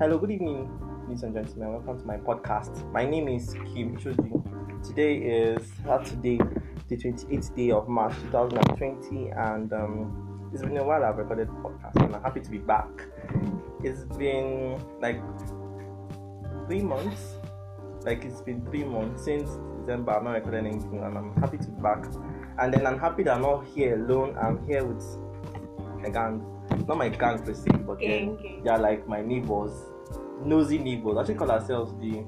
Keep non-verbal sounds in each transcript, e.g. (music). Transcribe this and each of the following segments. Hello, good evening, ladies and gentlemen. Welcome to my podcast. My name is Kim Choji. Today is Saturday, the 28th day of March 2020, and um, it's been a while I've recorded podcast, and I'm happy to be back. It's been like three months, like it's been three months since December. I've not recorded anything, and I'm happy to be back. And then I'm happy that I'm not here alone. I'm here with my gang, not my gang per se, but then Gang, gang. they are like my neighbors, nosy neighbors. I should call ourselves the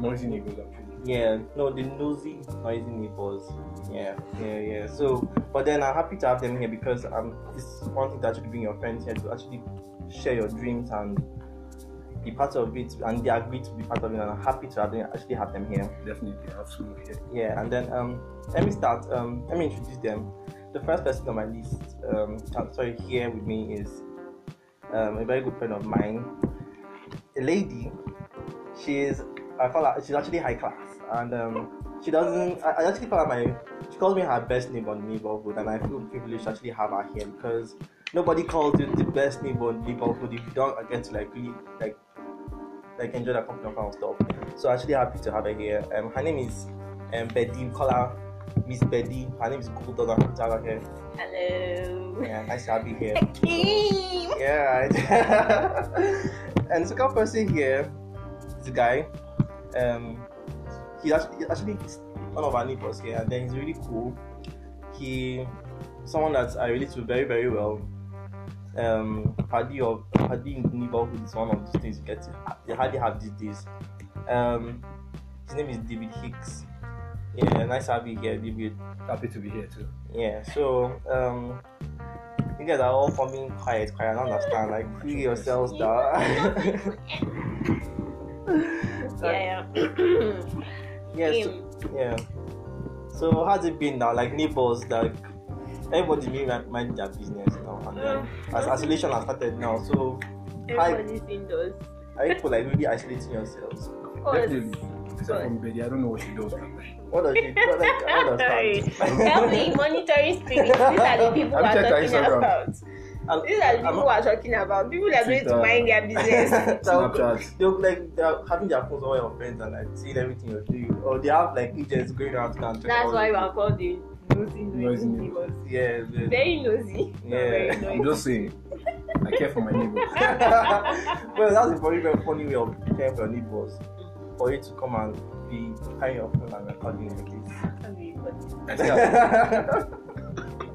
Noisy neighbors actually. yeah, no, the nosy, noisy neighbors. Yeah, yeah, yeah. So, but then I'm happy to have them here because um, it's one thing to actually bring your friends here to actually share your dreams and be part of it, and they agree to be part of it. And I'm happy to have them, actually have them here. Definitely, absolutely. Yeah. Yeah, and then um, let me start. Um, let me introduce them. The first person on my list, um, I'm sorry, here with me is um, a very good friend of mine, a lady. She's I call her. She's actually high class, and um, she doesn't. I, I actually call her my. She calls me her best neighbor in the neighborhood, and I feel privileged to actually have her here because nobody calls you the best neighbor in the neighborhood if you don't get to like really like like enjoy that company and kind of stuff. So actually happy to have her here. Um, her name is um, Betty. We call her Miss Betty. Her name is Google Dog. Happy to have her here. Hello. Yeah, nice to have you here. Kim. Yeah. I- (laughs) and the second person here is a guy. Um, he actually, he actually is one of our neighbors here, and then he's really cool. He, someone that I relate to very very well. Um, Hardy of Hardy in the neighborhood is one of those things you get. They hardly have these days. Um, his name is David Hicks. Yeah, nice to have you here, David. Happy to be here too. Yeah, so um, you guys are all forming quiet, quiet. I don't understand. Like, free yourselves down. yeah. (laughs) yes, Kim. yeah. So how's it been now? Like neighbors, like everybody mi- mind, mind their business now, and (sighs) then as isolation has started now, so Everybody's indoors. are you people like really isolating yourselves? Of course. Definitely. Except from Betty, I don't know what she does. but- What does it? What, like, I don't (laughs) Tell understand. me, monetary spirits. These are the people Have we're you checked her talking Instagram? about. And- These are the people I'm- we're talking about. People that are going to Twitter. mind their business. They'll- Snapchat. They'll like they're having their phones all your friends and like seeing everything you're doing, or they have like agents going around to go and check That's all why the- we are called the nosy, nosy Noisy neighbors. Yes, yes. Very nosy. but Yeah. Very I'm noisy. just saying, I care for my neighbors. (laughs) well, that's a very, very funny way of caring for your neighbors. For you to come and be carrying your phone and recording everything. I start yeah,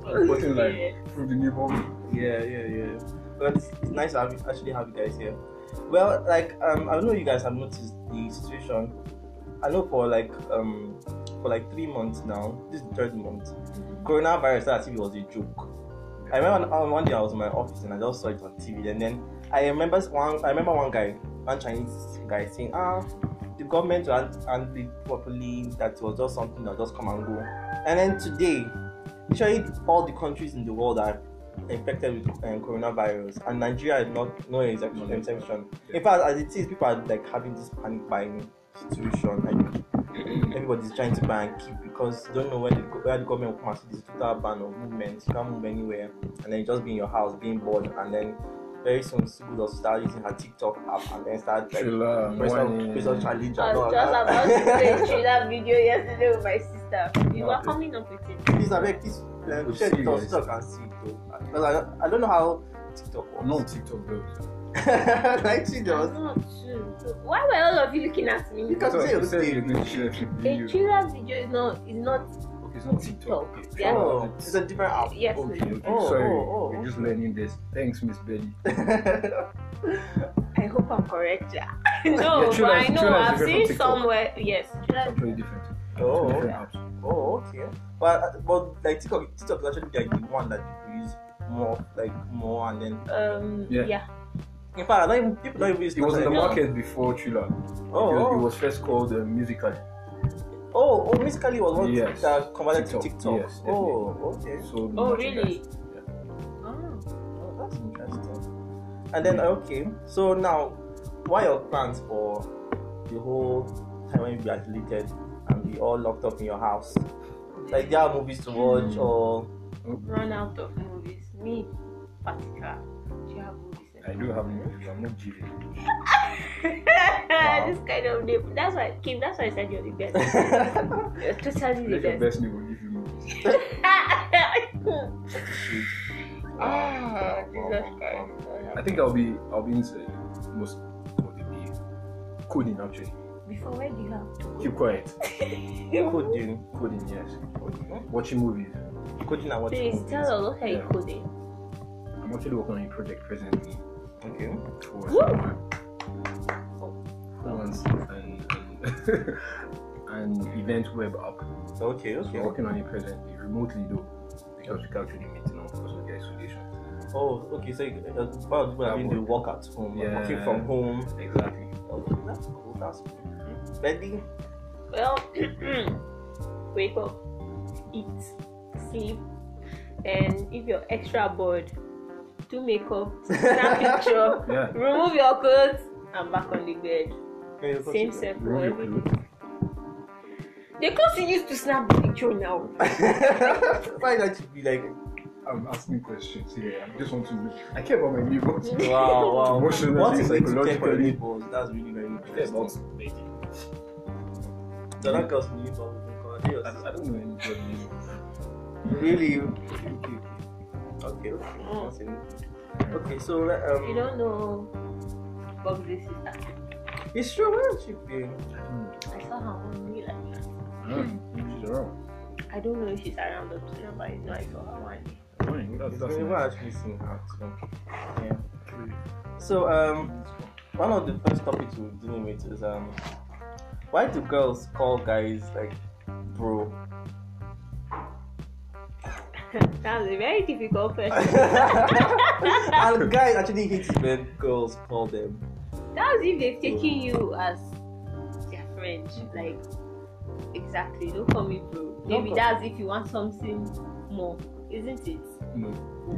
reporting like from the neighborhood. yeah, yeah. Well, it's, it's nice to have, you- actually have you guys here. Well, like, um, I know you guys have noticed the situation. I know for like, um, for like three months now, this is the third month, coronavirus that TV was a joke. I remember on, on one day I was in my office and I just saw it on TV, and then I remember one. I remember one guy, one Chinese guy saying, "Ah, the government will hand- handle it properly. That was just something that just come and go." And then today, literally all the countries in the world are infected with um, coronavirus, and Nigeria is not no exception. No. exception. In fact, as it is, people are like having this panic buying situation. Like everybody's trying to buy and keep because you don't know where the, go- where the government will come and see this total ban of movement. You can't move anywhere, and then you just be in your house being bored, and then very soon Sue will start using her TikTok app and then start like Thriller, prison, whining. prison challenge. and I all was just that. about to play through that video yesterday with my sister. You were Okay. coming up with it. Please, I beg, please, like, We'll share see the you TikTok guys. so I can see it though. Because I, don't- I don't know how TikTok works. I'm not on TikTok though. (laughs) like she does. I'm not sure. So Why were all of you looking at me? Because- you said you're going to share a few a videos. thriller video is not is not Okay, it's not TikTok. TikTok. Okay. Yeah. Oh, it's a different app. yes. Okay, okay. Oh, Sorry, oh, oh, (laughs) we're just learning this. Thanks, Miss Betty. I hope I'm correct. Yeah. (laughs) no, Yeah, thriller but I is- know thriller is I've different seen from TikTok. somewhere. Yes. thriller- Totally different. oh, Different apps. Oh, okay. But but like TikTok, TikTok is actually like the one that people use more, like more, and then Um. Yeah. Yeah. in fact, I don't even, people don't even use. It was in the Snapchat anymore. market before Thriller. Oh, It, it oh, was first called uh, Musical. oh, oh, Miss Kelly was one Yes. that converted TikTok, to TikTok. yes, definitely. oh, okay. So Oh merchandise. really? Yeah. Oh. Oh, that's interesting. And then okay, so now, what are your plans for the whole time when you be isolated and be all locked up in your house? Like there are movies to watch Hmm. or Run out of movies. Me, particular. Do you have movies? I (laughs) do have nipples. I'm not giving. this kind of name. That's why, Kim, that's why I said you're the best. You're totally Let your the best. best neighbor give you nipples. (laughs) Ah, Jesus Christ. Lord have I think I'll be I'll be inside most of the day. Coding actually. Before where do you have to Keep quiet. go? Coding. Coding, yes. Watching movies. Coding and watching. Please movies. tell us what are you Yeah. coding? I'm actually working on a project presently. Okay. for Woo! someone. Someone's an, an, (laughs) an event web app. Okay, So we're okay. working on it presently, remotely though, because we can't really meet and all because of the isolation. Oh, okay. So you- uh, a lot of people are doing the work at home, like, Yeah. working from home. Exactly. Okay, that's cool. That's cool. Betty, Well, (clears throat) wake up, eat, sleep, and if you're extra bored, do makeup, (laughs) snap picture, Yeah. remove your clothes, and back on the bed. can you (laughs) Same continue? circle, Remove your everything. clothes. The clothes you used to snap the picture now. Why not you be like, I'm asking questions here. I just want to know. I care about my neighbors. I wow, wow. Emotionally, what is it to take for your psychologically. nipples? That's really very care about interesting. my neighbors. The other girls in uniform will be I, called. I don't know anybody. Really? Okay, okay. Okay, okay. That's it. Okay, so let- um, (laughs) Mm. You don't know Bob's sister. it's true. Where is she being? I don't know. I saw her one day like that. I don't know. She's around. I don't know if she's around or not, but I know I saw her one day. (laughs) Fine, That's, that's We've never nice. actually seen her. So. Yeah. So um, one of the first topics we we're dealing with is um, why do girls call guys like bro? (laughs) That's a very difficult (laughs) question. and guys actually hate it when girls call them. That's if they've taken you as their friend. Like, exactly. Don't call me bro. Maybe call- that's if you want something more, isn't it? No.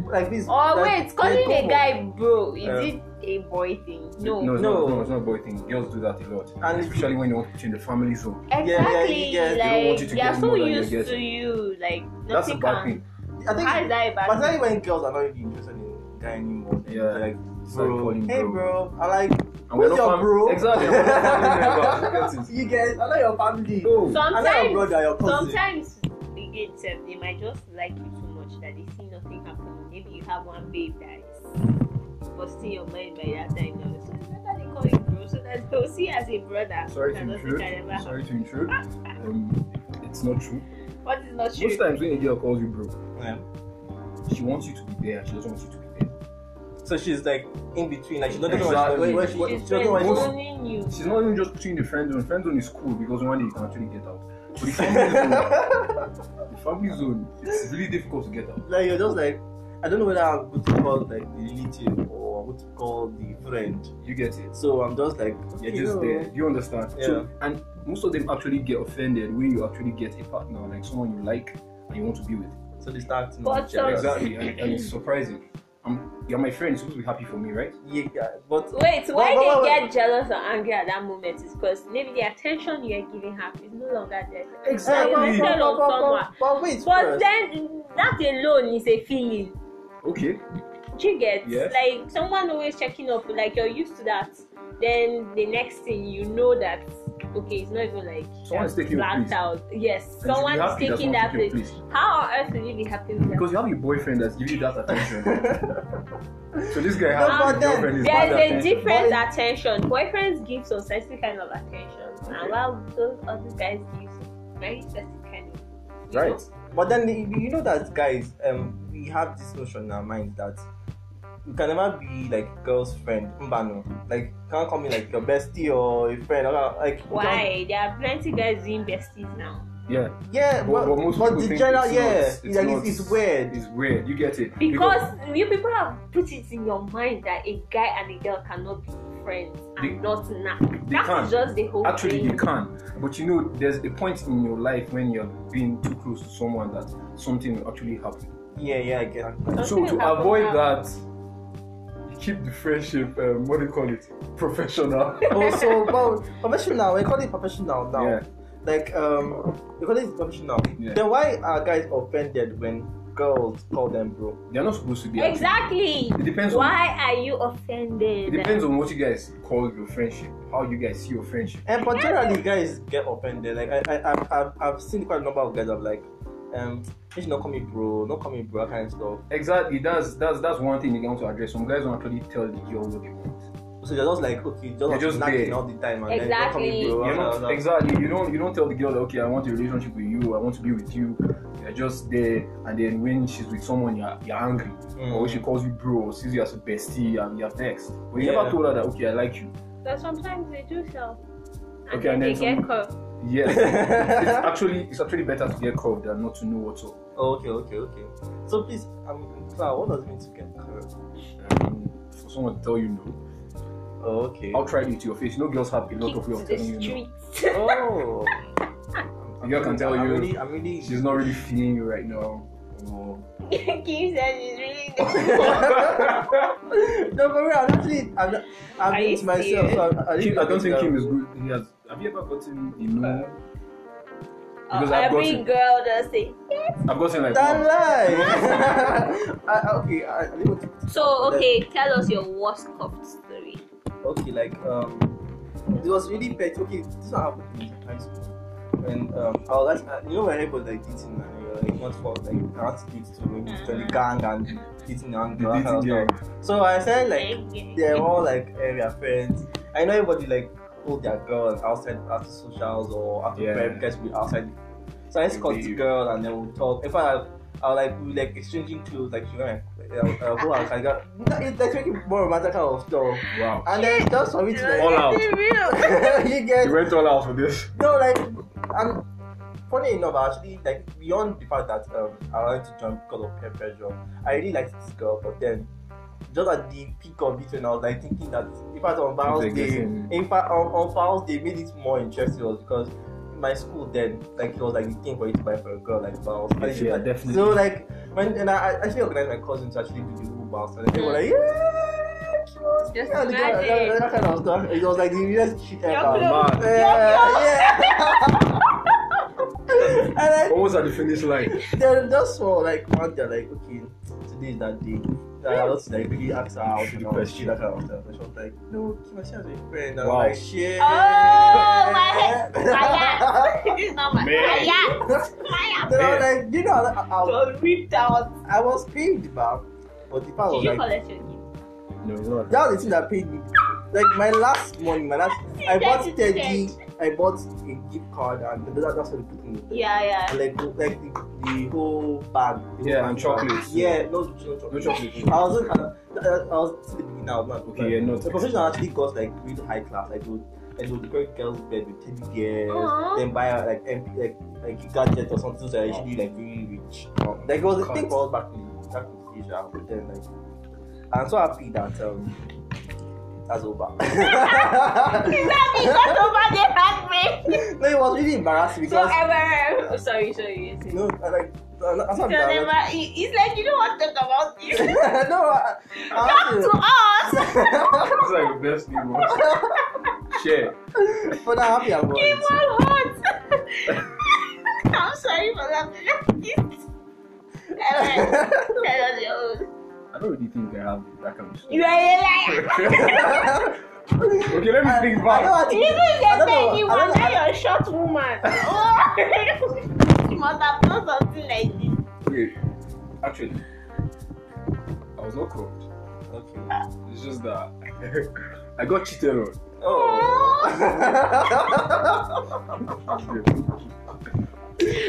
Like this. Or like, Oh, wait, calling like, a guy bro, is Uh, it a boy thing? No. No, it's No. Not, no, it's not a boy thing. Girls do that a lot. And it's- Especially when you want to change the family zone. Exactly. yeah, yeah, they don't want you like to they are get so more than you're used to getting. you. Like That's a nothing bad can. thing. I think. How is that a But bad especially thing? when girls are not really interested in guy anymore. They're Yeah. Like, It's like bro, calling hey bro. bro, I like And we're Who's not your fam- bro? Exactly. (laughs) we're not (laughs) family members. Look at it. you guys. I like your family. No. I like your Sometimes, brother, your cousin. sometimes the gates eh, they might just like you too much that they see nothing happening. Maybe you have one babe that is busting your mind by that time. Now. So it's better they call you bro so that they'll see you as a brother. Sorry to That nothing intrude. can ever happen. Sorry to intrude. Um, it's not true. What is not Most true? times when a girl calls you bro, Yeah. she wants you to be there. She doesn't want you to be there. So she's like in between, like she doesn't Exactly. know what she- what- what- She's she doesn't know what she wants. controlling you. She's not even just putting the friend zone. Friend zone is cool because one day you can actually get out. But the (laughs) family zone, the family zone, it's really difficult to get out. (laughs) Like you're just like, I don't know whether I'm good to call like the relative or what to call the friend. You get it. So I'm just like, You're okay, just no. there. Do you understand? Yeah. So, and most of them actually get offended when you actually get a partner, like someone you like and you want to be with. So they start. to But jealous. Exactly, and, and it's surprising. I'm, you're my friend. You're supposed to be happy for me, right? Yeah, yeah. But Wait, why But- but- but- they get jealous or angry at that moment is because maybe the attention you are giving her is no longer there. Exactly. Like, But, instead of but- someone. but- but wait But first. then that alone is a feeling. Okay. Do you get Yes. like someone always checking up, like you're used to that. Then the next thing you know that okay, it's not even like Someone is taking your blacked place. out. Yes, And you should be someone is happy taking someone that took your place. How on earth will you be happy with that? Because you have a boyfriend that's giving you (laughs) that attention. so this guy has No, but a then girlfriend is There's bad a attention. different But- attention. Boyfriends give some specific kind of attention, and Okay. while those other guys give some very specific kind of. you know? Right. (laughs) But then you you know that guys, um, we have this notion in our minds that you can never be like girl's friend, mbano. Like you can't call me like your bestie or your friend. or, Like you can't- Why? There are plenty guys doing besties now Yeah. Yeah, but, But, but most but people the think general, it's yeah, not, it's, like, it's, it's weird. It's weird. You get it. because you people have put it in your mind that a guy and a girl cannot be friends and They- not knack. they That's can't. just the whole actually thing. you can. But you know, there's a point in your life when you're being too close to someone that something will actually happen. Yeah, yeah, I get (laughs) it. so Something to happen avoid now. that, you keep the friendship. Um, what do you call it? (laughs) Professional. Also, well, professional. We call it professional now. Yeah. Like um, we call it professional. Yeah. Then why are guys offended when girls call them bro. They're not supposed to be. actually. Exactly. It depends on- Why are you offended? It depends on what you guys call your friendship, how you guys see your friendship. And but generally, guys get offended. Like I, I, I've, I've, I've seen quite a number of guys of like, um, you should not call me bro, not call me bro, that kind of stuff. Exactly, that's that's that's one thing they want to address. Some guys don't actually tell the girl what they want. So they're just like, okay, just, You're just nagging there. all the time, and Exactly. then you don't call me bro. You're and all not, that. exactly, you don't you don't tell the girl that okay, I want a relationship with you, I want to be with you. You're just there, and then when she's with someone, you're you're angry, Mm. (laughs) or when she calls you bro, or sees you as a bestie, and you're vexed. But you Yeah. never told her that okay, I like you. But sometimes they do so. And Okay, then and they then get some- caught. Yes, (laughs) it's actually it's actually better to get curved than not to know what's up. Oh, okay, okay, okay. So please, um, Clara, what does it mean to get curved? Um, for someone to tell you no, Oh, okay. I'll try it to your face. You know, girls have a lot Kicked of way to of the telling you no. streets. (laughs) Oh. The girl can tell I'm you- Really, I'm really. (laughs) She's not really feeling you right now. Or... Kim said she's (laughs) really no, for real. I'm actually. I'm. not- I'm Are doing you it to myself. serious? So I'm, I, Kim, think I don't think um, uh, Kim is good. He has. Have you ever gotten a no? Because Uh, I've every gotten- girl does say. I've gotten like Don't one. lie. (laughs) I, I- okay, I, I didn't want to- So okay, tell us your worst cuffed story. okay, like um, it was really pet. Okay, this one happened to me in high school. And um, I was like, you know when everybody like dating and you're like not for like I want to date to maybe to the gang and dating and The all that kind of dating girl. stuff. So I said like Gang, they're gang. all like area friends. I know everybody like hold their girls outside after socials or after Yeah. prep because we outside. So I just We called the leave. girl and then we talk. In fact, I, I was like we were, like exchanging clothes like she went like, uh, uh, who else I got. (laughs) It's like making more romantic kind of stuff. Wow. And then just for me to Like, like All out. be (laughs) real. you get You went all out for this. no like and funny enough actually like beyond the fact that um I wanted to jump because of peer pressure. I really liked this girl but then just at the peak of it when I was like thinking that in fact on Val's like Day this thing. in fact on, on Val's Day made it more interesting was because in my school then like it was like the thing for you to buy for a girl like Val's Day. Yeah, definitely. So like when and I, I actually organized my cousins to actually do the whole Val's and they were like yeah cute." Just yeah, the girl- that- imagine. that kind of stuff. It was like the weirdest shit Your ever. clothes. Oh, man. Yeah, yeah. (laughs) and I, Almost at the finish line. they're just for like one day, like, okay, today is that day. Like, I was like, really ask her out, you know, she that kind of stuff. And she was like, no, keep my shit as a friend. And Wow. I'm like, shit. Oh my (laughs) head. I am. This is not my. Man. I am. Then I was like, you know, I, I, So ripped out. I was paid, but, but the part Did was you like, collect your gift? No, it's not. That was the thing that paid me. Like my last money, my last. I bought That's thirty. I bought a gift card, and that, that's what they put in. it. Yeah, yeah. Like, the- like the, the whole bag. the whole Yeah, and bag. chocolates. Yeah, no, no chocolate. No chocolate. I wasn't. Uh, uh, I was still the beginner. I was not. Okay, yeah, no. The professional actually got like really high class. Like, they would, like they would decorate girls' bed with teddy bears, Aw. then buy uh, like MP, like like a gadget or something. So they're actually like really rich. Oh, Like it was a thing Cut. called back in back in the future. But then like, I'm so happy that um, that's (laughs) over. (laughs) Is that because nobody had me? no, it was really embarrassing So eh, because ever. Sorry, sorry. yes, yes. no, I, like I'm So not never. it- It's like you don't want to talk about this. no, I, I Talk to us. It's like the best thing was. Share. (laughs) but I'm happy about Keep it. on hot. I'm sorry for laughing. Alright, tell us your own. I don't really think I have that kind of (laughs) You are a liar. stuff. (laughs) okay, let me I think know back. how to- Even I the don't know, day you I were don't know. not your short woman. you must have done something like this. Okay, actually, I was not curved. Okay. It's just that (laughs) I got cheated on. Oh. (laughs)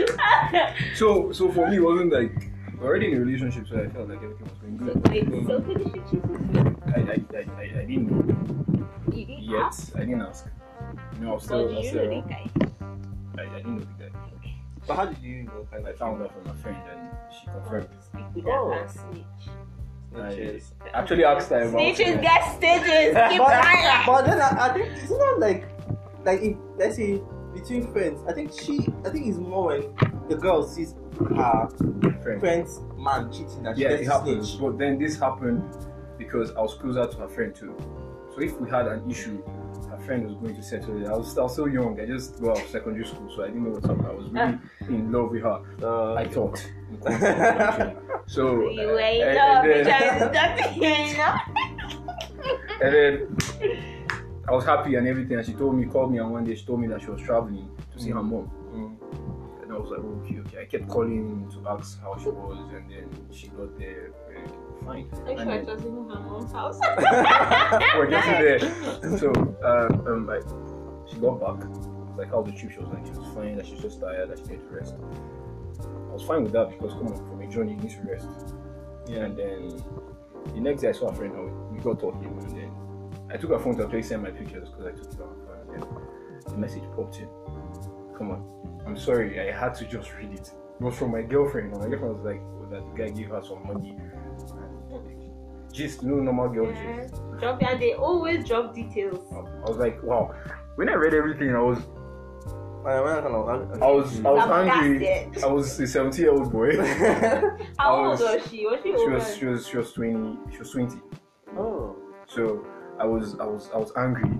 so so for me it wasn't like we're already in a relationship so I felt like everything was So, going good. wait, so who did you choose with? I, I, I, I, I didn't know You didn't yet. ask? I didn't ask. You know, I was So, still, I do was you know the still guy? I, I didn't know the guy. but how did you go kind I of found out from a friend and she confirmed. Speak with Oh. that man, snitch. Snitches. I actually asked her about Snitches it. get stitches. But, Keep quiet. but then I, I think it's not like like if let's say between friends. I think she I think it's more when the girl sees her Friend. friend's man cheating that she Yeah, it gets to happens. snitch. But then this happened because I was closer to her friend too. So if we had an issue, her friend was going to settle it. I was, I was so Ah. young. I just got out of secondary school, so I didn't know what's up. I was really in love with her. Uh, I thought. (laughs) so You were in and- love, and which then- I was happy, you know? And then I was happy and everything. And she told me, called me, and one day she told me that she was traveling to see her Mm. mom. And I was like, oh, okay, okay. I kept calling to ask how she was, and then she got there and fine. And Actually, then- it was in her mom's house. we're just there. So, um, um, like, she got back. Like, how the trip, she was like, she was fine, that she's just tired, that she needed to rest. I was fine with that because, come on, from a journey, you need to rest. Yeah, and then the next day I saw a friend, and we we got talking, and then I took her phone to actually send my pictures because I took it on her phone. And then the message popped in. Come on, I'm sorry, I had to just read it. It was from my girlfriend, and my girlfriend was like, oh, that guy gave her some money. And Just no normal girl gist. Yeah. Drop and they always drop details. I was like, wow. When I read everything, I was I went on a- I was I was Flabbergasted. angry. I was a 17 year old (laughs) boy. she How I old was- was she? Was she older? was she was she was 20. She was 20. oh. So I was I was I was angry.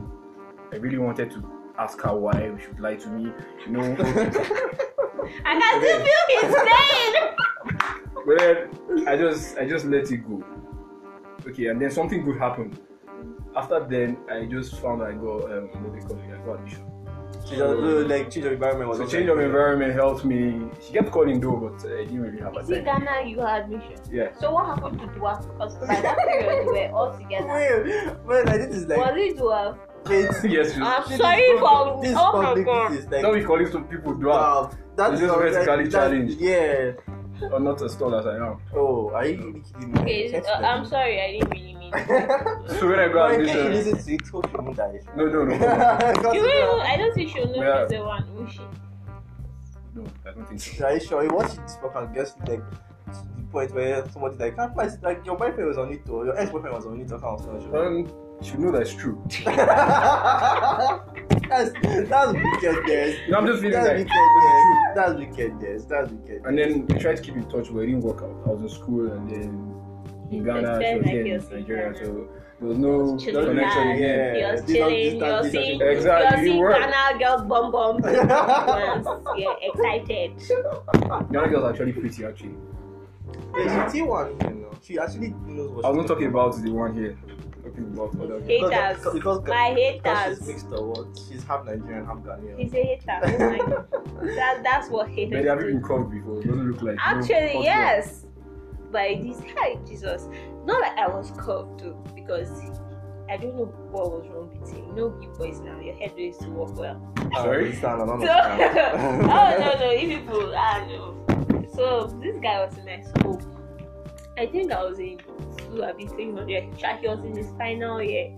I really wanted to ask her why she would lie to me. You know. (laughs) I can still feel his pain. but then I just I just let it go. Okay, and then something good happened. After then, I just found I got um, what they call it, I got addiction. She just oh, like change of environment was So not change like- of environment helped me. She kept calling though, but I didn't really have a Is it (laughs) time. Ghana you had admission? Yeah. So what happened to Dua? Because by that period we were all together. Wait, wait, like this is Was like it Dua? (laughs) it's yes. you- I'm this is sorry public- for. this is Oh my public, god. this is like Now we call it some people dwarf wow. That's It's just not- basically that- challenge. Yeah. or not as tall as I am. Oh, are you really kidding me? Okay, Can't uh, I'm you- sorry, I didn't really (laughs) mean. it. So when I Well, got in case you admission, listen to it, hope you won't (laughs) die. no, no, no, (laughs) no, Because- uh, You will. I don't think she'll know Yeah. she's the one. Will she? no, I don't think so. Are you sure? You watch this book and guess like to the point where somebody like can't find it," like your boyfriend was on it or your ex-boyfriend was on it or something. I was not sure. Um, she know that's true. that's that's wickedness. No, I'm just feeling That's like wickedness. That's wickedness. That's wickedness. And then we tried to keep in touch, but it didn't work out. I was in school and then in Ghana, she was here in Nigeria, so there was no Chilling connection life. again. Yeah, You're this chilling. don't- You're this don't- this seeing. don't- Exactly, You're it seeing worked. Ghana girls (laughs) bum bum. Once you're excited. Ghana girls are actually pretty, actually. Yeah, she one, you know. She actually knows what. I was she's not talking about the one here. Talking about other girls. Because- Haters. because- because- My Because haters. she's mixed or what? She's half Nigerian, half Ghanaian. He's a hater. Oh my- that, that's what haters But have you do. been curved before? It doesn't look like. you know, Actually, possible. yes. By this, hi Jesus. Not that I was curved too, because I don't know what was wrong with him. You know, you boys now, your head used to work well. Sorry? Ah, Stand, I don't (laughs) So, understand. (laughs) oh no no, you people, ah no. So this guy was in my school. I think I was in two or three hundred. He was in his final year.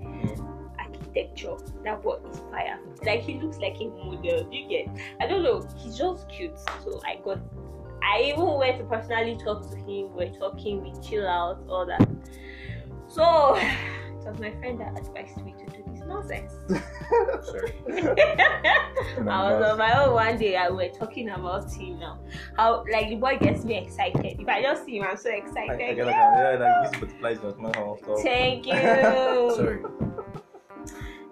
Architecture. That boy is fire. Like he looks like a model. You get? I don't know. He's just cute. So I got. I even went to personally talk to him. We're talking. We chill out. All that. So (sighs) it was my friend that advised me to do this nonsense. (laughs) Sorry. I'm I was bad. on my own one day and we were talking about him now. How like the boy gets me excited. If I just see him, I'm so I, I excited. get like, oh. yeah, like this butterflies just not how stuff. (laughs) Thank you. Sorry.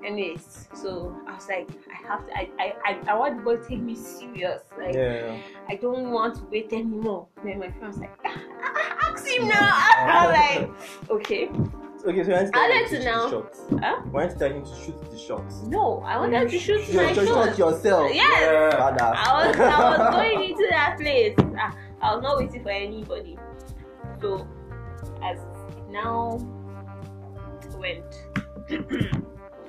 Anyways, so I was like, I have to. I I I, I want the boy to take me serious. Like Yeah. I don't want to wait anymore. Then my friend was like, "Ah, ah, ah, ask him now. (laughs) I was like, okay, Okay, so I I'll want let to you tell know. him to shoot the shots. Huh? Why don't you tell him to shoot the shots? no, I wanted to shoot You my just shot. shot yourself. Yes. Yeah. Badass. I was (laughs) I was going into that place. I, I was not waiting for anybody. So as it now went, (clears throat)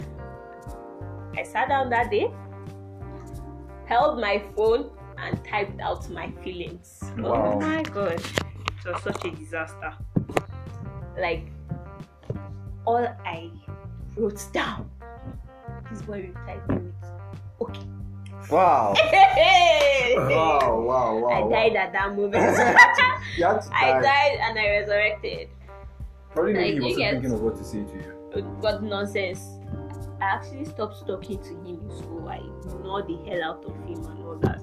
I sat down that day, held my phone, and typed out my feelings. Wow. Oh my gosh, it was such a disaster. Like all I wrote down. This boy replied me (laughs) with Wow. Hey! Wow, wow, wow. I wow. died at that moment. (laughs) You had to I die. died and I resurrected. Probably Like, maybe he you was get- thinking of what to say to you. What nonsense. I actually stopped talking to him in school. I ignored the hell out of him and all that.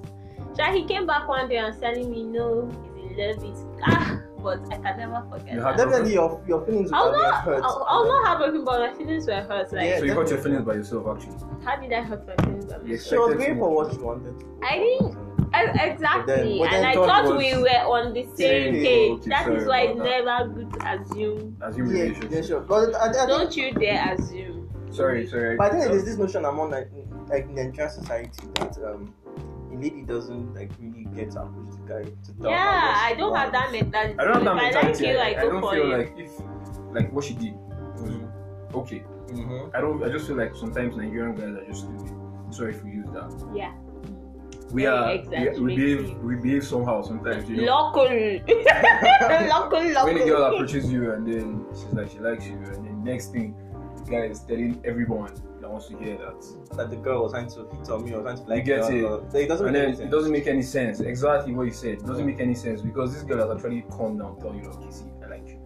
So he came back one day and telling me, no, he's in love with. Ah, but I can never forget. You that. had- Definitely your, your feelings I were was being not, hurt. I, I was not heartbroken, but my feelings were hurt. Like, Yeah. So you got your feelings by yourself, actually. how did I hurt my feelings? by myself? She was going for what she wanted. I didn't. I E- exactly. But then- but then and I thought thought was- we were on the same Same. page. Okay, That is sorry why it's about that. never good to assume. As you Yeah, relationship. yeah, sure. But I, I think- Don't you dare assume. Sorry, sorry. But I think there's this notion among like, like in the Nigerian society that um, a lady doesn't like really get to approach the guy to tell her yeah, what I she don't have wants. that mentality. I don't have if that mentality. I I, like you, I, go don't for feel you. like if like what she did was okay. (laughs) Mhm. I don't. I just feel like sometimes Nigerian guys are just stupid. I'm sorry if we use that. yeah. We Very are. We, we behave. exaggerated. We behave somehow sometimes. You know. (laughs) Local. local, when a girl local. approaches you and then she's like she likes you and then next thing the guy is telling everyone that wants to hear that That the girl was trying to hit on me or trying to like get her, it. or- so it doesn't and make then any it sense. doesn't make any sense exactly what you said it doesn't make any sense because this girl has actually calmed down tell you okay see i like you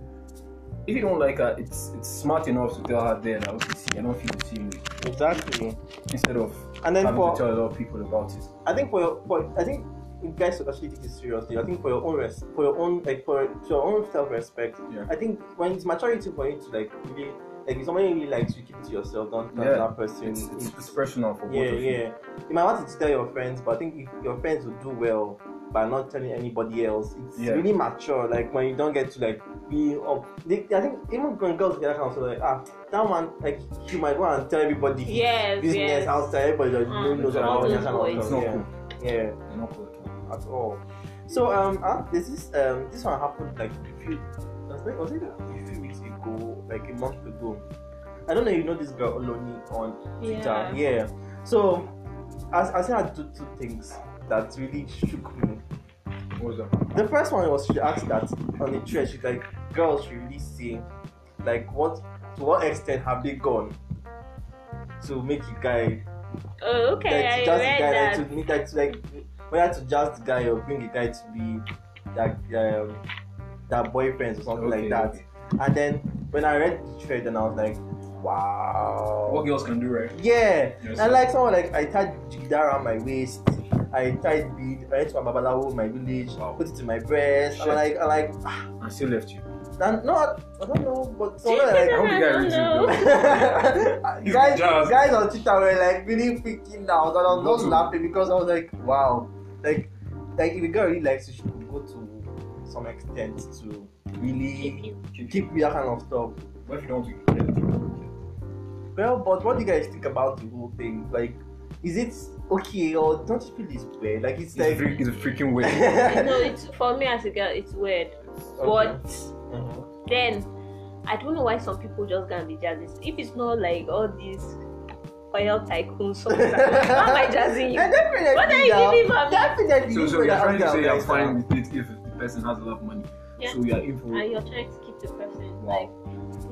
if you don't like her it's it's smart enough to tell her there that okay see i don't feel the same way exactly. instead of And then having for to tell a lot of people about it I think for your for I think you guys should actually take this seriously. I think for your own res- for your own like for to your own self respect. Yeah. I think when it's maturity for you to like really like if somebody really likes you, keep it to yourself. Don't tell Yeah. that person. it's it's, it's personal for both Yeah, of you yeah. You might want to tell your friends, but I think if your friends will do well by not telling anybody else, it's Yeah. really mature. Like when you don't get to like be up. They, I think even when girls get that kind of stuff, like ah, that one like you might go and tell everybody Yes, business yes. outside, everybody that you Mm. know knows about All that those kind of it's not stuff. cool Yeah, yeah, They're not cool at at all. all. So um, ah, there's this um, this one happened like a few, was it was it a few weeks ago, like a month ago. I don't know if you know this girl Oloni on Twitter. Yeah. Yeah. So, I, I said I do two things that really shook me. What was that? The first one was she asked that on the thread, she's like, girls should really see, like, what to what extent have they gone to make a guy, Oh, like, okay. to I just a read guy, that. (laughs) like, to make like, to, like, whether to just a guy or bring a guy to be like um, that boyfriend or something like Okay, that. okay. And then when I read the thread, and I was like, wow. what girls can do right Yeah, Yes. and like someone like I tied jigida around my waist, I tied bead, I went to my babalawo in my village, Wow. put it in my breast, and Shit. like I like, I still left you and no, I I don't know, but someone I like. hope the guy I don't reads (laughs) know. (laughs) it You guys, just- guys on Twitter were like really freaking out, and I was just Go to- laughing because I was like, wow, like, like if a girl really likes you, she should go to some extent to Keep really you. though. keep you that kind of stuff. What if you don't want to get it? Well, but what do you guys think about the whole thing? Like, is it okay or don't you feel it's weird? Like, it's It's, a (laughs) like. freak, it's a freaking way. (laughs) no, it's for me as a girl, it's weird. Okay. But Mhm. then I don't know why some people just gonna be jazzing. If it's not like all these oil tycoon songs, like that, (laughs) why am I (laughs) jazzing (laughs) Yeah, you? definitely. What are you now. giving for me? Definitely. so, you so put you're that trying to out say there, you're guys, fine now. with it if the person has a lot of money. Yeah. So you're in for And it. you're trying to keep the person Wow. like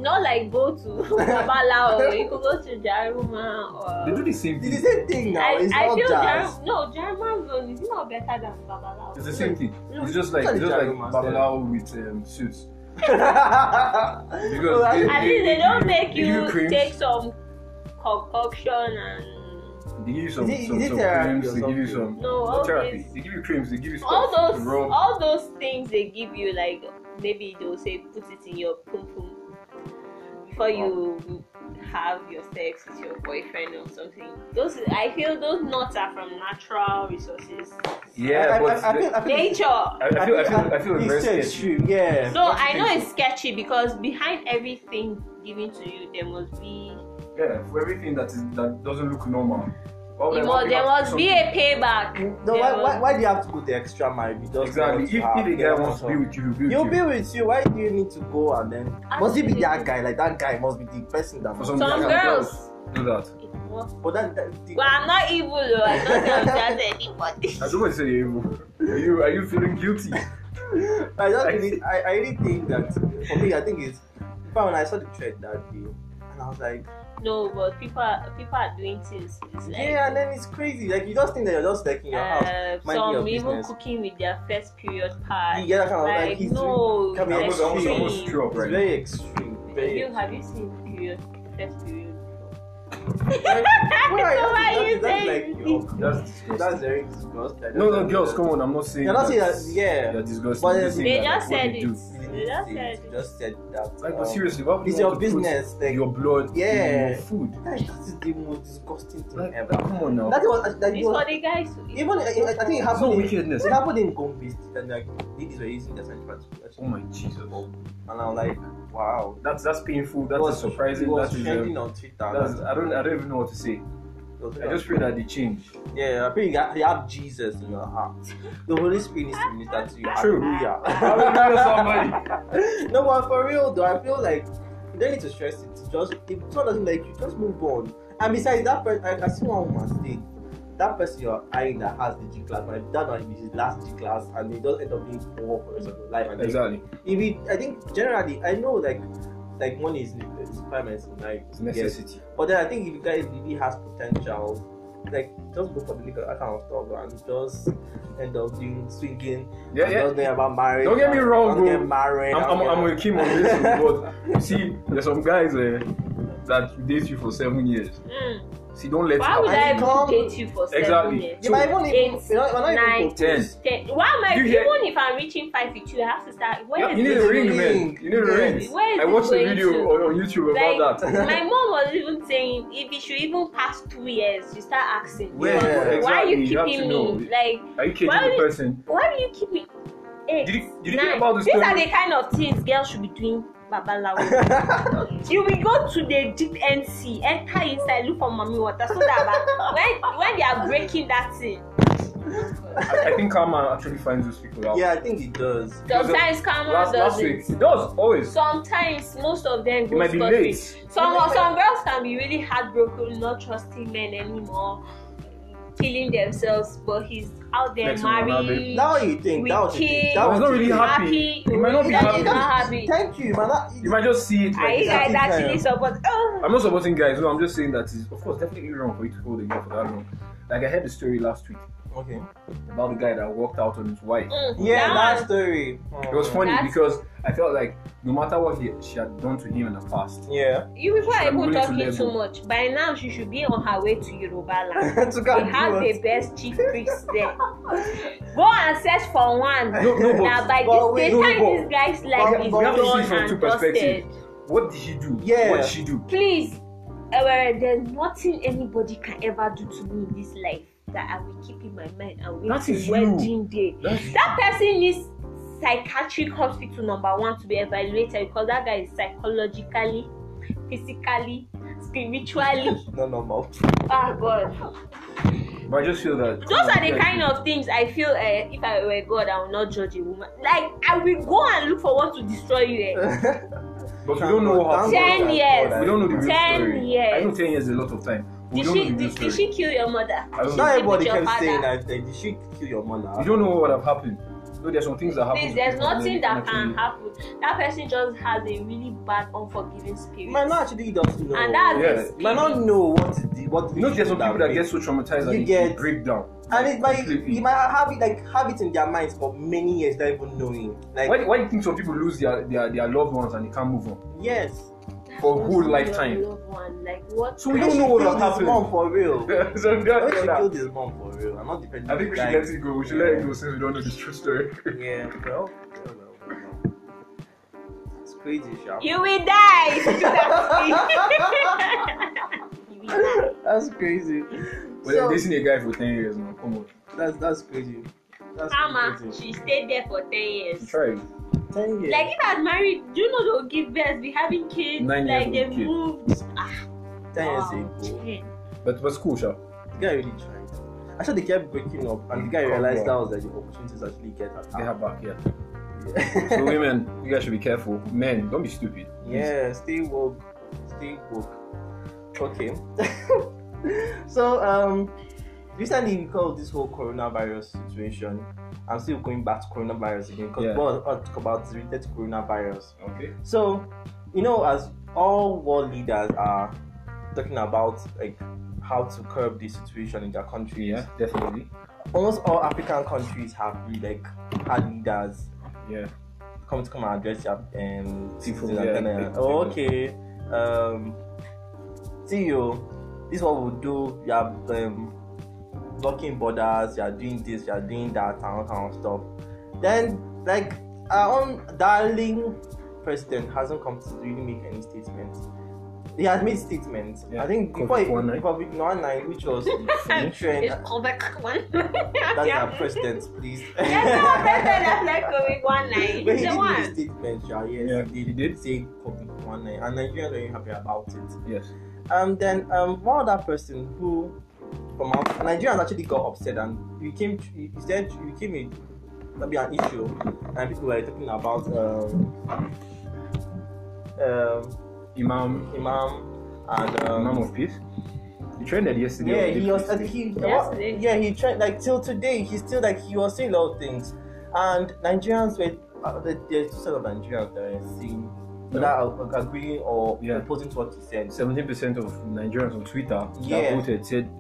not like go to (laughs) Babala or you could go to Jaruma They or do the same It's thing. the same thing now. I, it's I not feel jazz. Jaru- no Jaruma zone is not better than Babala. It's the same thing. No, It's just like it's it's just like Jaru master. Babalao with um, suits. Because they- At least they don't make They give you creams. take some concoction and They give you some Is it- is some, it uh, some therapy creams. or They give you something? some no all therapy. these They give you creams. They give you stuff. all those to rub. all those things they give you like maybe they'll say put it in your pum pum before you have your sex with your boyfriend or something. Those I feel those nuts are from natural resources. yeah, I, I, but I, I feel. I feel Nature. I, I feel I feel I feel it's very so sketchy. extreme. Yeah. No, don't you I know think it's sketchy because behind everything given to you there must be Yeah, for everything that is that doesn't look normal. Well, there must, Oh, there must be a payback. No, why, why, why do you have to go the extra mile? if you don't exactly. want If, to if have the guy that wants to sort be of- with you, he'll be with He'll you. be with you. Why do you need to go and then? Must it be that Absolutely. guy? Like that guy must be the person that. For must- some, Some girls. do that. It must- But that, that the, Well, I'm not evil though. I don't think (laughs) I'm just anybody. I don't want to say you're evil. Are you are you feeling guilty? I just really, I, I really think that for me, I think it's. In fact, when I saw the thread that day, and I was like, No, but people are, people are doing things. It's like, yeah, and then it's crazy. Like you just think that you're just like in your house. uh, mind your some even business. cooking with their first period pad. You get that kind of like, Like, he's no, doing- can be it's almost, almost, extreme. almost threw up It's right now. very extreme. Have Very. you have you seen period first period? before? Like, what are So why that's- you that's saying- like, yo, That's disgusting. that's very disgusting. no, no, girls, come on. I'm not saying. You're not saying that's- that, yeah. They're disgusting. But I'm they just saying They that, just like, what said they it. do. They just said You it. just said that. Like, um, but seriously, why would it's you your want to put business. Like, Your blood. Yeah. In your food. that is- that is the most disgusting thing Like, ever. come on now. That was that It's was for the guys. to- even I, I think it It's not happened. In, wickedness. it happened in Gombe. And like ladies were using their sanitary pads to Oh actually, my Jesus. and I'm like, wow. That's that's painful. That's It was- surprising. It was That is. um, trending on Twitter. That's, I don't. I don't even know what to say. It was I just pray that they (laughs) change. Yeah, I pray you got- you have Jesus in your heart. (laughs) The Holy Spirit needs to minister to you. True. Hallelujah. (laughs) Hallelujah, somebody. no, but for real though, I feel like you don't need to stress it. Just if someone doesn't like you, just move on. And besides that person, I, I see one woman thing. That person you're eyeing that has the G class, but that one is his last G class, and they just end up being poor for the rest of their life. And then- Exactly. if we, I think generally, I know like like money is is requirements in life. It's Yes. necessity. But then I think if you guys really has potential, like just go for the legal account stuff and just end up doing swinging. Yeah, and yeah. Just think about marriage. Don't get me wrong, Don't bro. get married. I'm, I'm, don't I'm get- with Kim on this, (laughs) one, but you see, there's some guys eh, that date you for seven years. Mm. See, don't let Why it would And I you even come- date you for seven Exactly. years? You might even Eight, you know, you're not nine, even proposed. ten. Why am I? You hear- Even if I'm reaching five with you, I have to start. Where Yeah, is you need this a ring, ring? man. You need a ring. Where is I this watched a going video to? on, on YouTube about Like, that. my mom was even saying if it should even pass two years, you start asking. Where- Because Yeah, Why are you exactly, you have keeping to me? know. Like, Are you kidding Why the would- person? why do you keep me? Eight, Did you- did you nine. hear about the These story? are the kind of things girls should be doing. (laughs) Babalawo. you will go to the deep end sea, enter inside, look for mommy water so that ba- when when they are breaking that thing, I, I think karma actually finds those people out. yeah, I think it does. Because of- sometimes karma Last, does last week, it. it does always. Sometimes most of them It go might be late. Some some girls can be really heartbroken, not trusting men anymore, killing themselves. But he's out there Flexing on another married, Now you think with that was kids. that But was it's not really it. happening. happy. You might not be He's happy. not happy. Thank you, man. That, You might just see it. Are Like, you guys Exactly. actually support? Oh. I'm not supporting guys. No, I'm just saying that it's of course definitely wrong for you to hold a girl for that long. Like I heard the story last week okay. about the guy that walked out on his wife. Mm, Yeah, that that one. story. It was funny Mm, That's- because I felt like no matter what he, she had done to him in the past, (laughs) Yeah. You people She's are even willing to talking level. too much. By now, she should be on her way to Yoruba (laughs) land. to They have the best chief priests there. Go and search for one. No, no, but- now by but this wait, no, time, but- this guy's but- like is but we have to see done it from two and perspectives. dusted. what did he do? Yeah. What did she do? Please, uh, there's nothing anybody can ever do to me in this life that I will keep in my mind and wait That till is you. wedding day. That's- That person needs psychiatric hospital number one to be evaluated because that guy is psychologically, physically, (laughs) spiritually. No, no, no. ah, God. But I just feel that Those are the kind of things I feel uh, if I were God, I would not judge a woman. Like, I will go and look for what to destroy (laughs) you. Eh. But we don't know what happened. Ten years. We don't know the real Ten story. years. I know ten years is a lot of time. but We Did don't she, know the real did, story. did she kill your mother? I don't Not know. Sleep everybody with your kept saying father. that like, did she kill your mother? You don't know what would have happened. So there's some things that happen. Please, to there's people nothing that can actually- happen. That person just has a really bad, unforgiving spirit. Man, not actually doesn't know. And that's Yeah. his spirit. might not know what is the what. You know, there's some people that way. get so traumatized that You they get- break down. and it might completely. you might have it like have it in their minds for many years without even knowing. Like Why, why do you think some people lose their, their, their loved ones and they can't move on yes, for a whole Your lifetime? loved one, Like, what? So we Why don't she know what killed has his happened. (laughs) Mom for real. So that's- Why she that's- killed his mom for real? I'm not depending. I think we should on let it go. We should let it go since we don't know the true story. it go. Yeah, well, well, well, well. it's crazy, Sha. You will die (laughs) if you do that to me. You will die. that's crazy. But So, they've seen a guy for 10 years now. Come on. that's that's crazy. That's Mama, crazy. she stayed there for 10 years. Try. it. Ten years. Like, if I'd married, do you know they'll give birth, be having kids? Nine years like, they old kid. moved. ten years Wow. ago. Shit. But, but school, sure. The guy really tried. Actually, they kept breaking up, and the guy Come realized on. that was like the opportunities actually get They attacked. have back, yeah. Yeah. So, women, you guys should be careful. Men, don't be stupid. Yeah, stay woke. Stay woke. Okay. (laughs) so um recently because of this whole coronavirus situation, I'm still going back to coronavirus again because Yeah. what I want to talk about is related to coronavirus. Okay. So, you know, as all world leaders are talking about like how to curb the situation in their countries, Yeah, definitely. almost all African countries have like had leaders Yeah. come to come and address your um People, citizens and yeah, tell them, people. oh, okay, um, see you. this is what we'll do. You are um, blocking borders. You are doing this. You are doing that. Town, town stuff. Then, like our own darling president hasn't come to really make any statements. He has made statements. Yeah, I think before COVID he- 19. COVID 19, which was the trend. It's Quebec (laughs) one. That's our president, (laughs) please. That's our president (laughs) that's like COVID one nine. But he did The make a one. statement, yeah, yes, Yeah, he he did, did. say COVID one night, and Nigerians are happy about it. Yes. Um, then um, one other person who from out Nigerians actually got upset and became it said it became a maybe an issue, and people were talking about um, um Imam, Imam and um, Imam of Peace. He trended yesterday. yeah, on the he was. Peace Day. He, Yes, it is. yeah, he tried like till today. He's still like he was saying a lot of things, and Nigerians were uh, there- there's two set of Nigerians that are seeing No. whether ag- agreeing or Yeah. opposing to what he said. 17% of Nigerians on Twitter Yeah. that voted said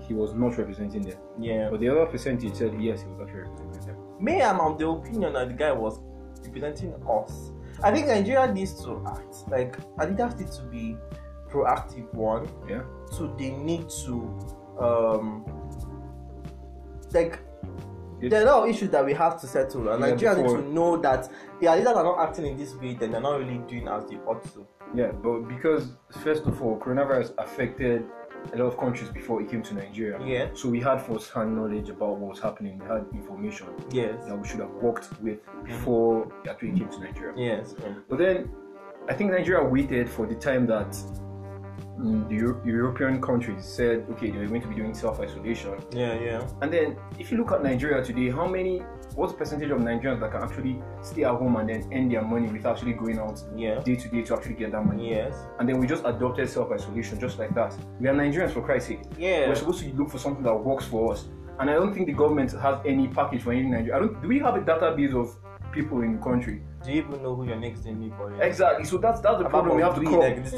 he was not representing them. Yeah, But the other percentage said yes, he was actually representing them. me, I'm of the opinion that the guy was representing us. I think Nigeria needs to act like our leaders need to be proactive. One, Yeah. so they need to um like It- there are a lot of issues that we have to settle and Yeah, Nigerians need before- to know that their leaders are not acting in this way then they're not really doing as they ought to Yeah, but because first of all, coronavirus affected a lot of countries before it came to Nigeria. yeah So we had first-hand knowledge about what was happening. We had information yes that we should have worked with before it actually came to Nigeria. yes mm. But then, I think Nigeria waited for the time that mm, the Euro- European countries said, okay, they're going to be doing self-isolation. yeah yeah And then, if you look at Nigeria today, how many, what percentage of Nigerians that can actually stay at home and then earn their money without actually going out yeah day to day to actually get that money? yes And then we just adopted self isolation just like that. We are Nigerians for Christ's sake. yeah We're supposed to look for something that works for us. And I don't think the government has any package for any Nigeria. I don't, do we have a database of people in the country? do you even know who your next neighbor is Exactly. So that's that's the Apart problem we have from to we, call. like, the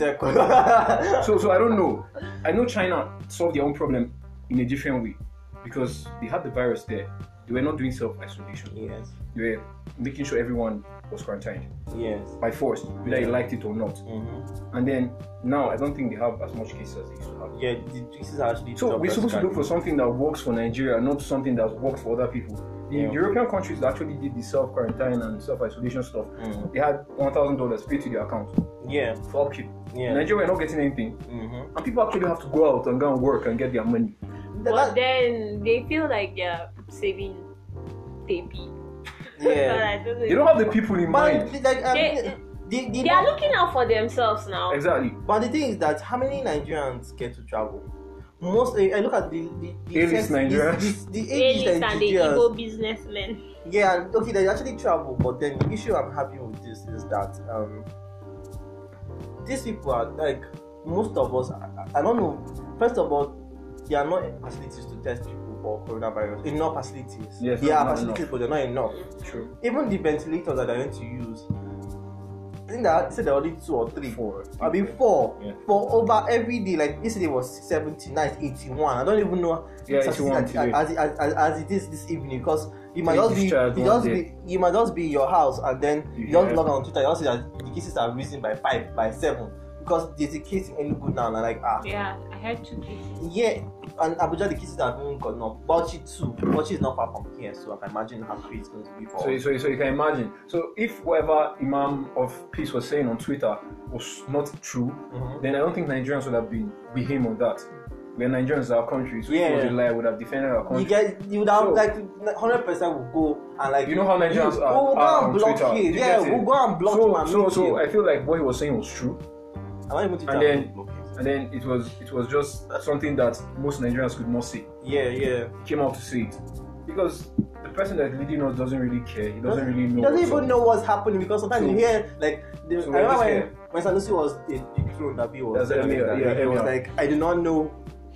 circle. so so I don't know. I know China solved their own problem in a different way because they had the virus there. They were not doing self isolation. (laughs) yes They were making sure everyone was quarantined yes by force, whether you liked it or not. hmm And then now I don't think they have as much cases as they used to have. yeah the, this is actually So top we're supposed to look for strategy. something that works for Nigeria, not something that works for other people. The Yeah. European countries that actually did the self quarantine and self isolation stuff, Mm. they had one thousand dollars paid to their account yeah for upkeep. yeah Nigeria are not getting anything. hmm And people actually have to go out and go and work and get their money. But then they feel like they're saving the people. But yeah I don't know. They don't have the people in but mind. like um, They- the, the, They are looking out for themselves now. Exactly. But the thing is that how many Nigerians get to travel? Most I I look at the the, the A-list sex- Nigerians. the, the, the Elites ages and the Igbo Nigerians. businessmen. Yeah, and- okay, they actually travel, but then the issue I'm having with this is that um, these people are like most of us. I- I, I don't know. First of all, there are not facilities to test people for coronavirus. Enough facilities. Yes, there not are facilities, enough. but they're not enough. True. Even the ventilators that they're going to use, I think that said there are only two or three. Four. I mean, four Yeah. for over every day. Like yesterday was 70, now it's 81. I don't even know Yeah, 81 as, today. as, as, as, as it is this evening because you might They just be discharged you one just day. be you might just be in your house and then you Yeah. just log on Twitter. You just see that the cases are risen by five, by seven because there's a case in Enugu now. And I'm like ah Yeah, I had two cases. yeah, and Abuja the cases have even gone up. Bauchi too. Bauchi is not far from here, so I can imagine how crazy it's going to be for. So, us. so, so you can imagine. So if whatever Imam of Peace was saying on Twitter was not true, Mhm. then I don't think Nigerians would have been with him on that. We are Nigerians, in our country, so Yeah. if it was a lie, would have defended our You country. get you would have So- like hundred percent will go and like You know how Nigerians we, are- We'll go are and on block Twitter. him. You Yeah, get it? we'll go and block him so, and so, meet so him. I feel like what he was saying was true, I'm not even Twitter. and then- block him. and then it was it was just something that most Nigerians could not see. yeah, yeah. He came out to see it because the person that's leading us doesn't really care. He doesn't really know. He doesn't what's even up. know what's happening because sometimes So- you hear like the, So I we're remember just when here. when Sanusi was dethroned that he was That's telling me Emir, that yeah, he was Emir. like I do not know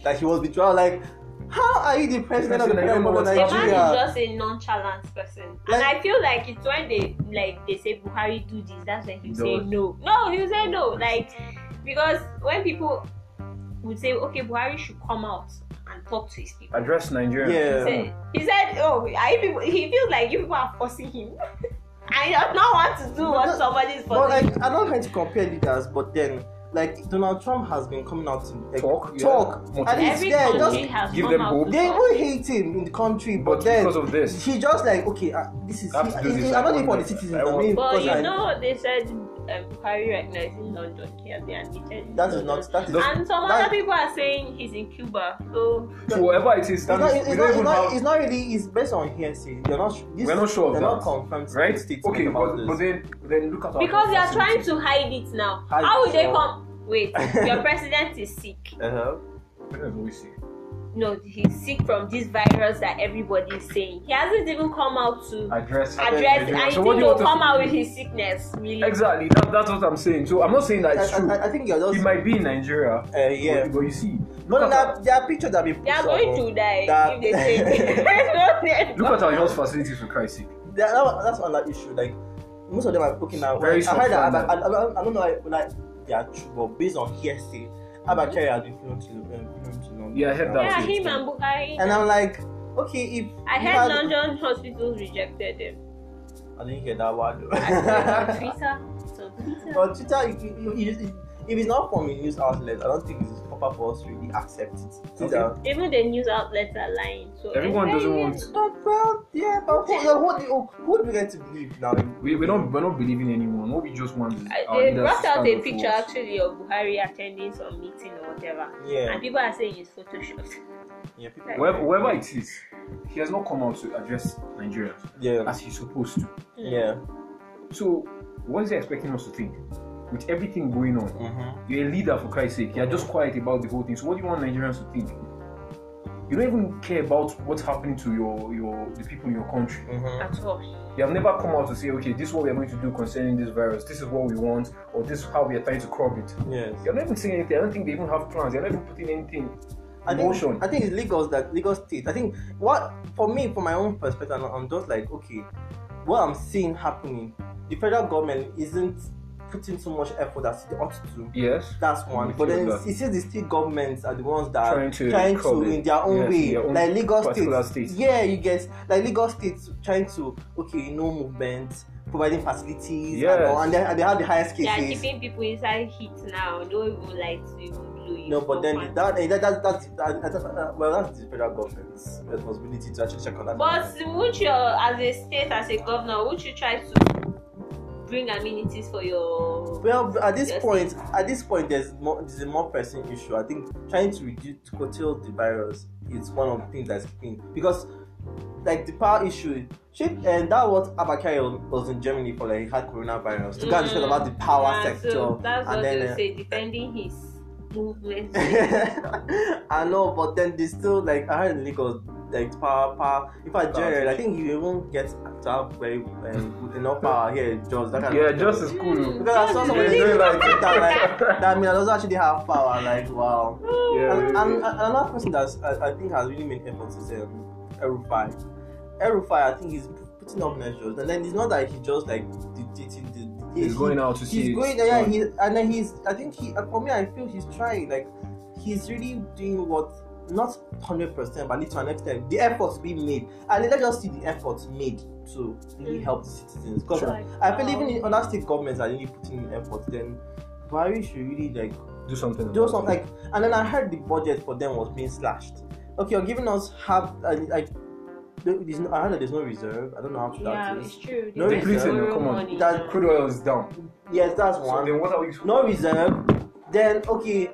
that he was betrayed. Like how are you the president of the President, I don't know Republic of what's The man happening. is Nigeria? just a nonchalant person, and Like- I feel like it's when they like they say Buhari do this, that's when he He say does. no. No, he say no, like because when people would say okay, Buhari should come out and talk to his people. Address Nigerians. Yeah. He said, he said, "Oh, I people." He feels like you people are forcing him. (laughs) I do not want to do what No, somebody is But forcing. him. like I don't like to compare leaders, but then Like Donald Trump has been coming out to like, Talk, yeah. talk. Motivate. At least Every there, country just has give come them out hope. to they talk. will hate him in the country, but, But then because of this, he just like okay, uh, this is I have to I- do it's- this, I'm I not doing for want the this, citizens. I I want mean, this. But because you I- know what they said um, Buhari right now is in London. He has been admitted. that is not that is Those- And some that- other people are saying he's in Cuba. So so whatever it is, It's that not, means it's, we not, don't it's, even not, have it's not really. It's based on hearsay. They're not. su- This, We're not sure of They're not that. confirmed. right? Statements Okay, about but, but this. then then look at our because they are trying facilities. to hide it now. Hide How will it they now. come? (laughs) Wait, your president is sick. uh-huh. President is always sick. No, he's sick from this virus that everybody is saying. He hasn't even come out to address. address it. And So you think he'll what do you want us come to out do? with his sickness? Really? Exactly. That, that's what I'm saying. So I'm not saying that I, it's true. I, I think you're just. it might be in Nigeria. uh, yeah. But, but you see, No, look no, there at our- are- there are pictures that be. They are going to die That- if they (laughs) say (laughs) it. Look at our health facilities for Christ's sake. That, that, that's another issue. Like most of them are looking at. Very I heard that. short-sighted. I, I, I, I don't know. Like, like they are true, but based on hearsay, Abba Mm-hmm. Kerry has been flown to um, flown to London. Yeah, I heard that. yeah, That's it. him and Buhari. And I'm like, okay, if I you heard had- London hospitals rejected him. I didn't hear that one. I saw it on Twitter. It's on Twitter. But Twitter, if, if, if, if it's not from a news outlet, I don't think it's proper for us to really accept it. These Okay. are- Even the news outlets are lying. So Everyone I'm doesn't saying- want. But well, yeah, but who, yeah, who, do- who do we get to believe now? We, we don't we're not believing anyone. What we just want is I- our They leaders brought to out stand a up for picture us. actually of Buhari attending some meeting or whatever. Yeah, And people are saying it's photoshopped. yeah, people, Whoever, whoever it is, he has not come out to address Nigeria yeah, as he's supposed to. (laughs) yeah. So what is he expecting us to think? With everything going on, Mm-hmm. You're a leader for Christ's sake. You're just quiet about the whole thing. So what do you want Nigerians to think? You don't even care about what's happening to your your the people in your country. Mm-hmm. (laughs) At all. You have never come out to say, okay, this is what we are going to do concerning this virus. This is what we want, or this is how we are trying to curb it. Yes, You're not even saying anything. I don't think they even have plans. You're not even putting anything. I Motion. think I think it's Lagos that Lagos State. I think what for me, from my own perspective, I'm- I'm just like okay, what I'm seeing happening, the federal government isn't putting so much effort as they ought to. Yes. That's one. Mm, But then yeah. it's, it's just the state governments are the ones that are Trying to trying to curb it. in their own Yes, way. in their own like legal particular states. states. Yeah, you guess like legal states trying to okay, no movement, providing facilities and, all, Yes. and, they, and they have the highest They are cases. keeping people inside heat now. No even lights, no even blow you. no, but then fun. that, eh, that, that, that, that, that, that- well, that's the federal government's responsibility to actually check on that. But would you, as a state, as a governor, would you try to bring amenities for your? well, at this Yes. point, at this point, there's more, there's a more pressing issue. I think trying to reduce to curtail the virus is one of the things that's keeping because, like the power issue, she, and that what Abakari was in Germany for, like he had coronavirus to go and discuss Mm. about the power Yeah, sector, So that's what and they then. will uh, say, defending his movement. (laughs) I know, but then they still like I heard in Lagos like power power. In fact, Jared, I think you won't get to have very um, enough power here. Just that kind Yeah, of just as cool. because I saw somebody Yeah, doing like really? Twitter, like that mean I also actually have power. Like wow. (laughs) Yeah, And, yeah, and, and yeah. another person that I, I think has really made efforts is um, Erufai. Erufai, I think he's putting up measures, and then it's not that he just like dictating the. the- He's he- going out to see. He's going. it. Yeah, he and then he's. I think he. uh, For me, I feel he's trying. Like he's really doing what. Not hundred percent, but at least to an extent, the efforts being made, and let's just see the efforts made to really Mm. help the citizens. Because Sure. I feel oh, even in other state governments are really putting in effort, then Buhari should really like do something. do about something. it. Like, and then I heard the budget for them was being slashed. Okay, you're giving us half. Uh, like, there- there's no, I heard that there's no reserve. I don't know how to yeah, that it's is. true. No, They it's borrow depleting, no, come on. money That now. Crude oil is down. Yes, that's So one. then what are we? no reserve. Then okay,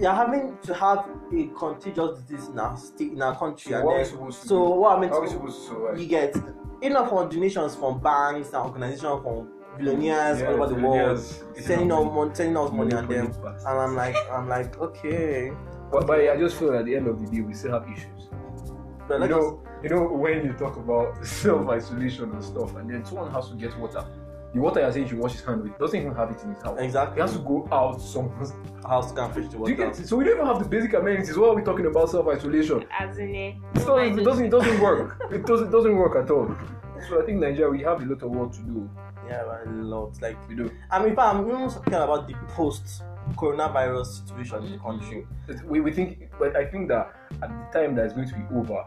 you're having to have a contagious disease in our state, in our country, So and what are we then, supposed to so do? what I meant How are to we supposed to survive? you get enough from donations from banks and organizations from billionaires Yeah, all over the world billionaires. It's sending enough us money, sending us money and for them. these bastards. And I'm like, I'm like, okay. But, but I just feel at the end of the day, we still have issues. But you let's know, you know when you talk about (laughs) self isolation and stuff, and then someone has to get water. The water you're saying you wash his hand with doesn't even have it in his house. He exactly has to go out someone's. house can fish the Do you water. get it? So we don't even have the basic amenities. What are we talking about self isolation? As in eh, It doesn't, it doesn't, it doesn't work. It doesn't, it doesn't work at all. So I think Nigeria, we have a lot of work to do. Yeah, a lot. Like, We do. I mean, but I'm even talking about the post coronavirus situation in the country. It's- We, we think, but I think that at the time that it's going to be over,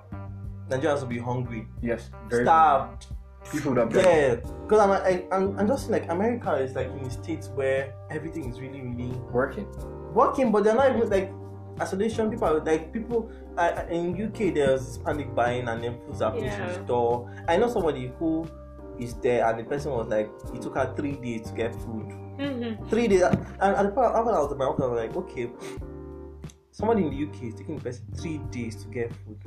Nigerians will be hungry, yes, very starved, people that drive. Yeah, because I'm, I, I'm, I'm just like America is like in a state where everything is really, really working. working, but they're not even like isolation. People are like people uh, in UK. There's panic buying and then foods are pushed in Yeah. store. I know somebody who is there, and the person was like, it took her three days to get food. Mhm. Three days, and, and the part after I was at my office, I was like, okay, somebody in the UK is taking the person three days to get food.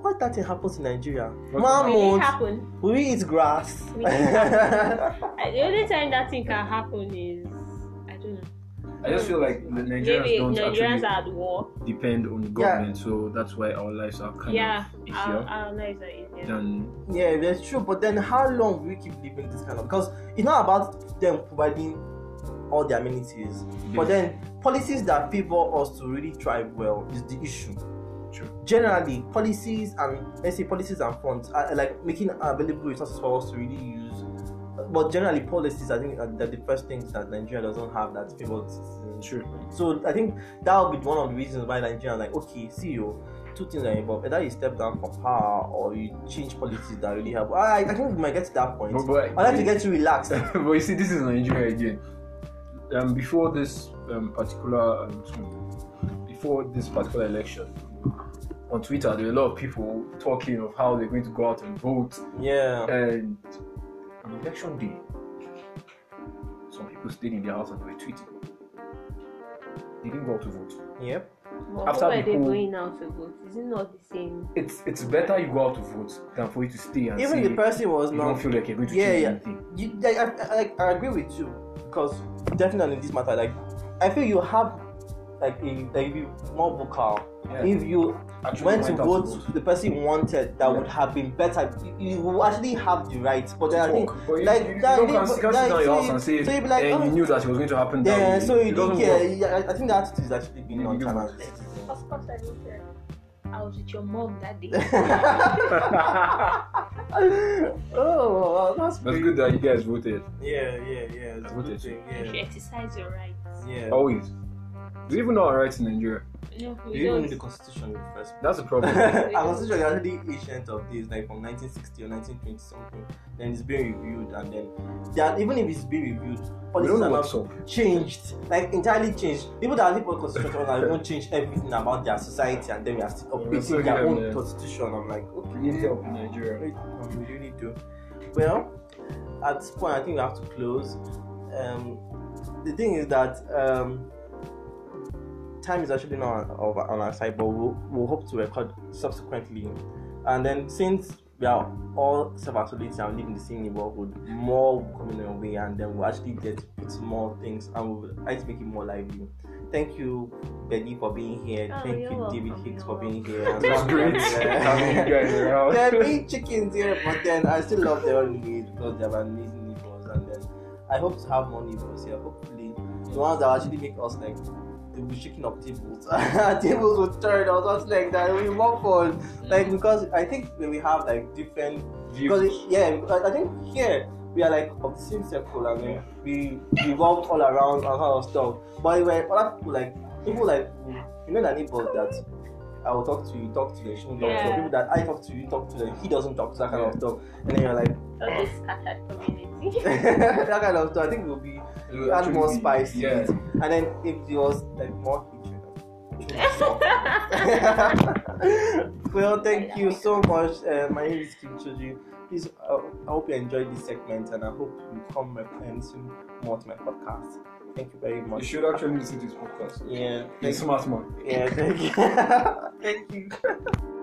What that thing happens in Nigeria? What- One It month, happened. will we eat grass? We (laughs) eat grass. Uh, The only time that thing can happen is I don't know. I just feel like the Nigerians Maybe don't Nigerians actually are at war. depend on government, so that's why our lives are kind Yeah, of our, easier our lives are easier. than Yeah, that's true. But then, how long will we keep living this kind of? Because it's not about them providing all the amenities, but then policies that favor us to really thrive well is the issue. True. Generally, policies and let's say policies and funds are are like making available resources for us to really use. But generally, policies I think are the the first things that Nigeria doesn't have that favors citizens. true. So I think that would be one of the reasons why Nigerians like, okay, see you. Two things are involved. Either you step down from power or you change policies that really help. I, I think we might get to that point. But, but I'd like to get you relaxed. (laughs) but you see, this is Nigeria again. Um, before this um, particular um, sorry, before this particular election, on Twitter there were a lot of people talking of how they're going to go out and vote, Yeah. and on election day, some people stayed in their house and they were tweeting. They didn't go out to vote. Yep. Well, After who are they people- going out to vote? Is it not the same? It's it's better you go out to vote than for you to stay and Even say the person was you don't not. feel like you're going to Yeah, change yeah. anything. You, like, I, I, like, I agree with you because definitely in this matter, like, I feel you have like a like be more vocal Yeah. if you Actually went to went out vote to vote. to the person you wanted. That Yeah. would have been better. You, you will actually have the right, but then I think Talk. But you- like, you, you that- don't like, can sit can't like, sit down in so your house you- and say so you be like, "Eh, oh." you knew that it was going to happen that Yeah, way. so It you doesn't didn't care. work. Yeah, I I think that attitude is actually being Yeah, on you don't time. want Of course, I don't care. I was with your mom that (laughs) day. oh, wow, that's That's great. good that you guys voted. Yeah, yeah, yeah. It's That's a what good it thing. You should Yeah, exercise your rights. yeah. Always. Do you even know our rights in Nigeria? No, Do we you even don't. need the constitution in the first (laughs) place? That's the problem. I was actually already ancient of this, like from 1960 or 1920 something. Then it's being reviewed, and then that even if it's being reviewed, we policies don't are know not what's up. changed, like entirely changed. People that live for constitution (laughs) are going to change everything about their society, and then we are still Yeah, we're still updating their here, own yeah. constitution. I'm like, okay. We need help in Nigeria. Um, we really do. Well, at this point, I think we have to close. Um, the thing is that um, time is actually not on, of- on our side, but we'll, we'll hope to record subsequently. And then, since we are all self isolated and live in the same neighborhood, more will come in our way, and then we'll actually get to put more things and we'll try to make it more lively. Thank you, Betty, for being here. Oh, Thank you're you, David welcome, Hicks, you're for being here. It was great (laughs) having you guys around. (laughs) There are big chickens here, but then I still love them anyways because they are amazing neighbors. And then I hope to have more neighbors here. Hopefully, the ones that actually make us like they will shaking up tables. (laughs) tables will turn or something like that. It will be more fun. Like because I think when we have like different because Views. it, yeah, because I think here we are like of the same circle and then we revolve all around and kind of stuff. But when other people like people like you know that neighbors that I will talk to you, talk to them, she will talk to Yeah. them. people that I talk to you, talk to them, he doesn't talk to that kind of Yeah. stuff. And then you're like (laughs) All this scattered community. that kind of stuff. I think it will be It would add more actually be- spice to Yeah. it. And then if there was like more hatred, (laughs) like, (laughs) well, thank you so much. Uh, my name is Kim Choji. Please, uh, I hope you enjoyed this segment, and I hope you come back and listen more to my podcast. Thank you very You much. should actually listen to this podcast. Yeah, He's thank (laughs) a smart man. Yeah, thank you. thank you.